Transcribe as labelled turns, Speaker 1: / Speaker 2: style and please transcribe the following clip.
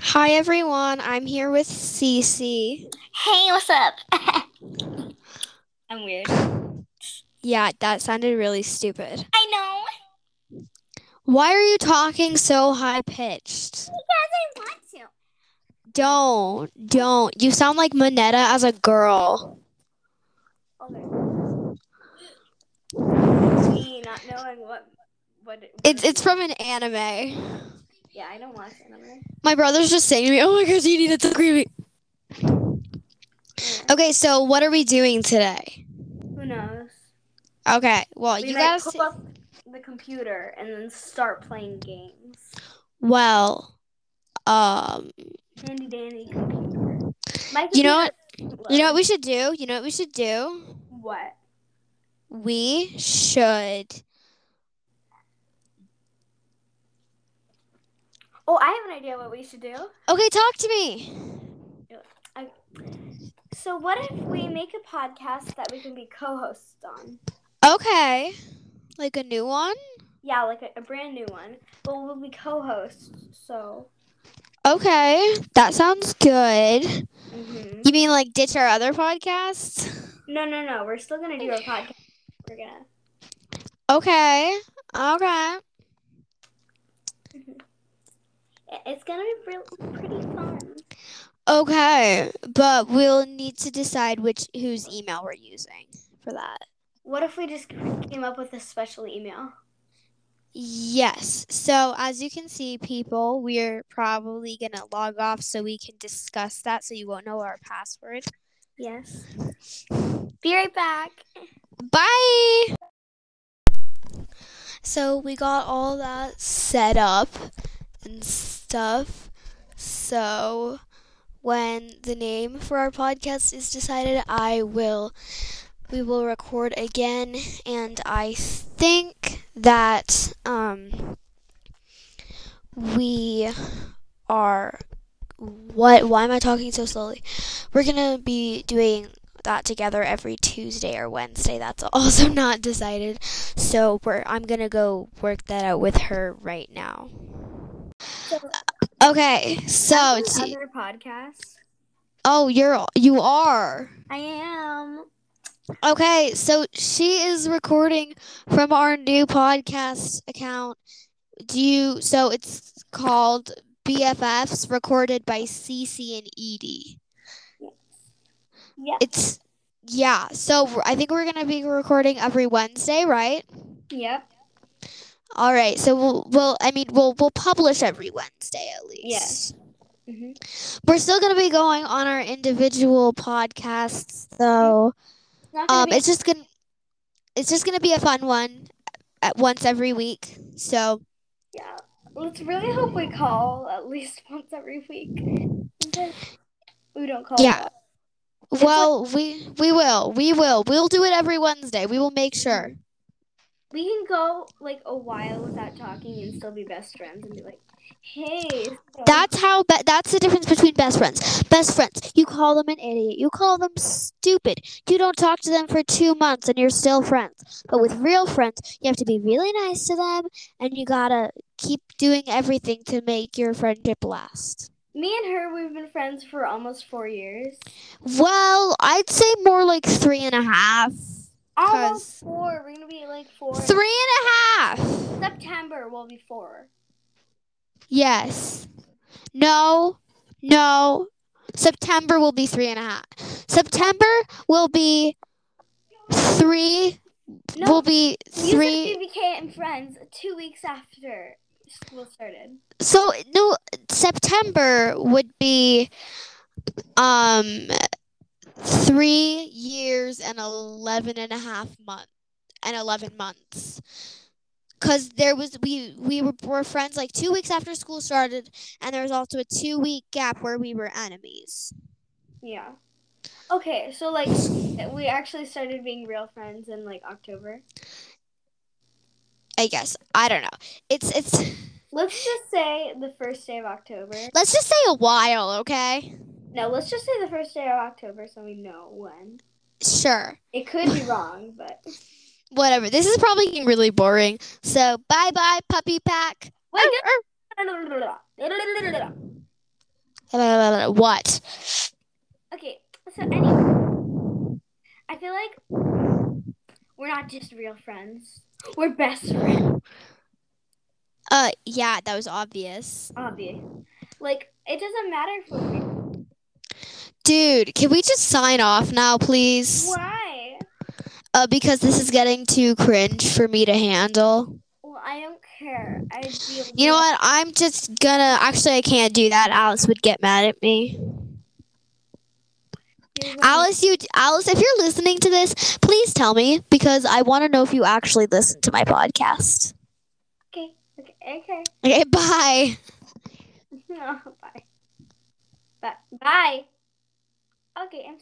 Speaker 1: Hi everyone, I'm here with Cece.
Speaker 2: Hey, what's up? I'm weird.
Speaker 1: Yeah, that sounded really stupid.
Speaker 2: I know.
Speaker 1: Why are you talking so high pitched?
Speaker 2: Because I want to.
Speaker 1: Don't, don't. You sound like Monetta as a girl.
Speaker 2: Me not knowing what what. it-
Speaker 1: It's it's from an anime.
Speaker 2: yeah, I don't watch anime.
Speaker 1: My brother's just saying to me, "Oh my gosh, Edie, that's so creepy."
Speaker 2: Yeah.
Speaker 1: Okay, so what are we doing today?
Speaker 2: Who knows?
Speaker 1: Okay, Oh. well
Speaker 2: We
Speaker 1: you
Speaker 2: might
Speaker 1: guys.
Speaker 2: pull up the computer and then start playing games.
Speaker 1: Well, um,
Speaker 2: Handy dandy computer. My
Speaker 1: you know what?
Speaker 2: computer-
Speaker 1: You know what we should do? You know what we should do?
Speaker 2: What?
Speaker 1: We should
Speaker 2: Oh, I have an idea what we should do.
Speaker 1: Okay, talk to me.
Speaker 2: So, what if we make a podcast that we can be co-hosts on?
Speaker 1: Okay. Like a new one?
Speaker 2: Yeah, like a, a brand new one. But we'll be co-hosts, so.
Speaker 1: Okay. That sounds good.
Speaker 2: hmm
Speaker 1: You mean like ditch our other podcasts?
Speaker 2: No, no, no. We're still gonna do a podcast. We're gonna.
Speaker 1: Okay. Okay.
Speaker 2: it- mm-hmm. It's gonna be real, pretty fun.
Speaker 1: Okay. But we'll need to decide which whose email we're using for that.
Speaker 2: What if we just came up with a special email?
Speaker 1: Yes. So as you can see, people, we're probably gonna log off so we can discuss that so you won't know our password.
Speaker 2: Yes. Be right back.
Speaker 1: Bye. So we got all that set up and stuff. So when the name for our podcast is decided, I will we will record again and I think that um we are what why am I talking so slowly? We're going to be doing that together every Tuesday or Wednesday. That's also not decided. So we're I'm gonna go work that out with her right now.
Speaker 2: So,
Speaker 1: Okay. So do-
Speaker 2: another podcast.
Speaker 1: oh, you're you are
Speaker 2: I am.
Speaker 1: okay. So she is recording from our new podcast account. Do you? So it's called BFFs, recorded by Cece and Edie.
Speaker 2: Yeah.
Speaker 1: It's yeah. So we're- I think we're gonna be recording every Wednesday, right?
Speaker 2: Yep.
Speaker 1: All right, so we'll, we'll I mean we'll we'll publish every Wednesday at least.
Speaker 2: Yes. Mhm.
Speaker 1: We're still gonna be going on our individual podcasts though.
Speaker 2: It's not gonna
Speaker 1: Um
Speaker 2: be-
Speaker 1: it's just gonna it's just gonna be a fun one at once every week. So
Speaker 2: yeah. Let's really hope we call at least once every week. Sometimes We don't call.
Speaker 1: Yeah. well we we will. We will. We'll do it every Wednesday. We will make sure.
Speaker 2: We can go like a while without talking and still be best friends and be like, hey. so-
Speaker 1: That's how be- that's the difference between best friends. Best friends, you call them an idiot, you call them stupid. You don't talk to them for 2 months and you're still friends. But with real friends, you have to be really nice to them and you got to keep doing everything to make your friendship last.
Speaker 2: Me and her, we've been friends for almost four years.
Speaker 1: Well, I'd say more like three and a half.
Speaker 2: Almost
Speaker 1: 'Cause-
Speaker 2: four. We're gonna be like four. in
Speaker 1: Three and a half.
Speaker 2: September will be four.
Speaker 1: Yes. No. No. September will be three and a half. September will be three.
Speaker 2: No,
Speaker 1: will be
Speaker 2: You
Speaker 1: three.
Speaker 2: said we became friends two weeks after school started.
Speaker 1: So no, September would be um three years and eleven and a half month and eleven months. Cause there was we we were, were friends like two weeks after school started, and there was also a two week gap where we were enemies.
Speaker 2: Yeah. Okay, so like we actually started being real friends in like October.
Speaker 1: I guess I don't know. It's it's.
Speaker 2: Let's just say the first day of October.
Speaker 1: Let's just say a while, okay?
Speaker 2: No, let's just say the first day of October so we know when.
Speaker 1: Sure,
Speaker 2: It could be wrong, but
Speaker 1: whatever. This is probably getting really boring. Oh, So bye bye puppy pack.
Speaker 2: Wait,
Speaker 1: Arr, arr. What?
Speaker 2: Okay, so anyway, I feel like we're not just real friends. We're best friends,
Speaker 1: Uh, yeah, that was obvious.
Speaker 2: obvious. Like it doesn't matter if we're real.
Speaker 1: Dude, can we just sign off now, please?
Speaker 2: Why?
Speaker 1: Uh, because this is getting too cringe for me to handle.
Speaker 2: Well, I don't care. I deal
Speaker 1: You know what? I'm just gonna. Actually, I can't do that. Alice would get mad at me. Alice, you, Alice, if you're listening to this, please tell me because I want to know if you actually listen to my podcast.
Speaker 2: Okay, okay, okay.
Speaker 1: Okay, bye.
Speaker 2: No, bye. Bye. Bye. Okay, I'm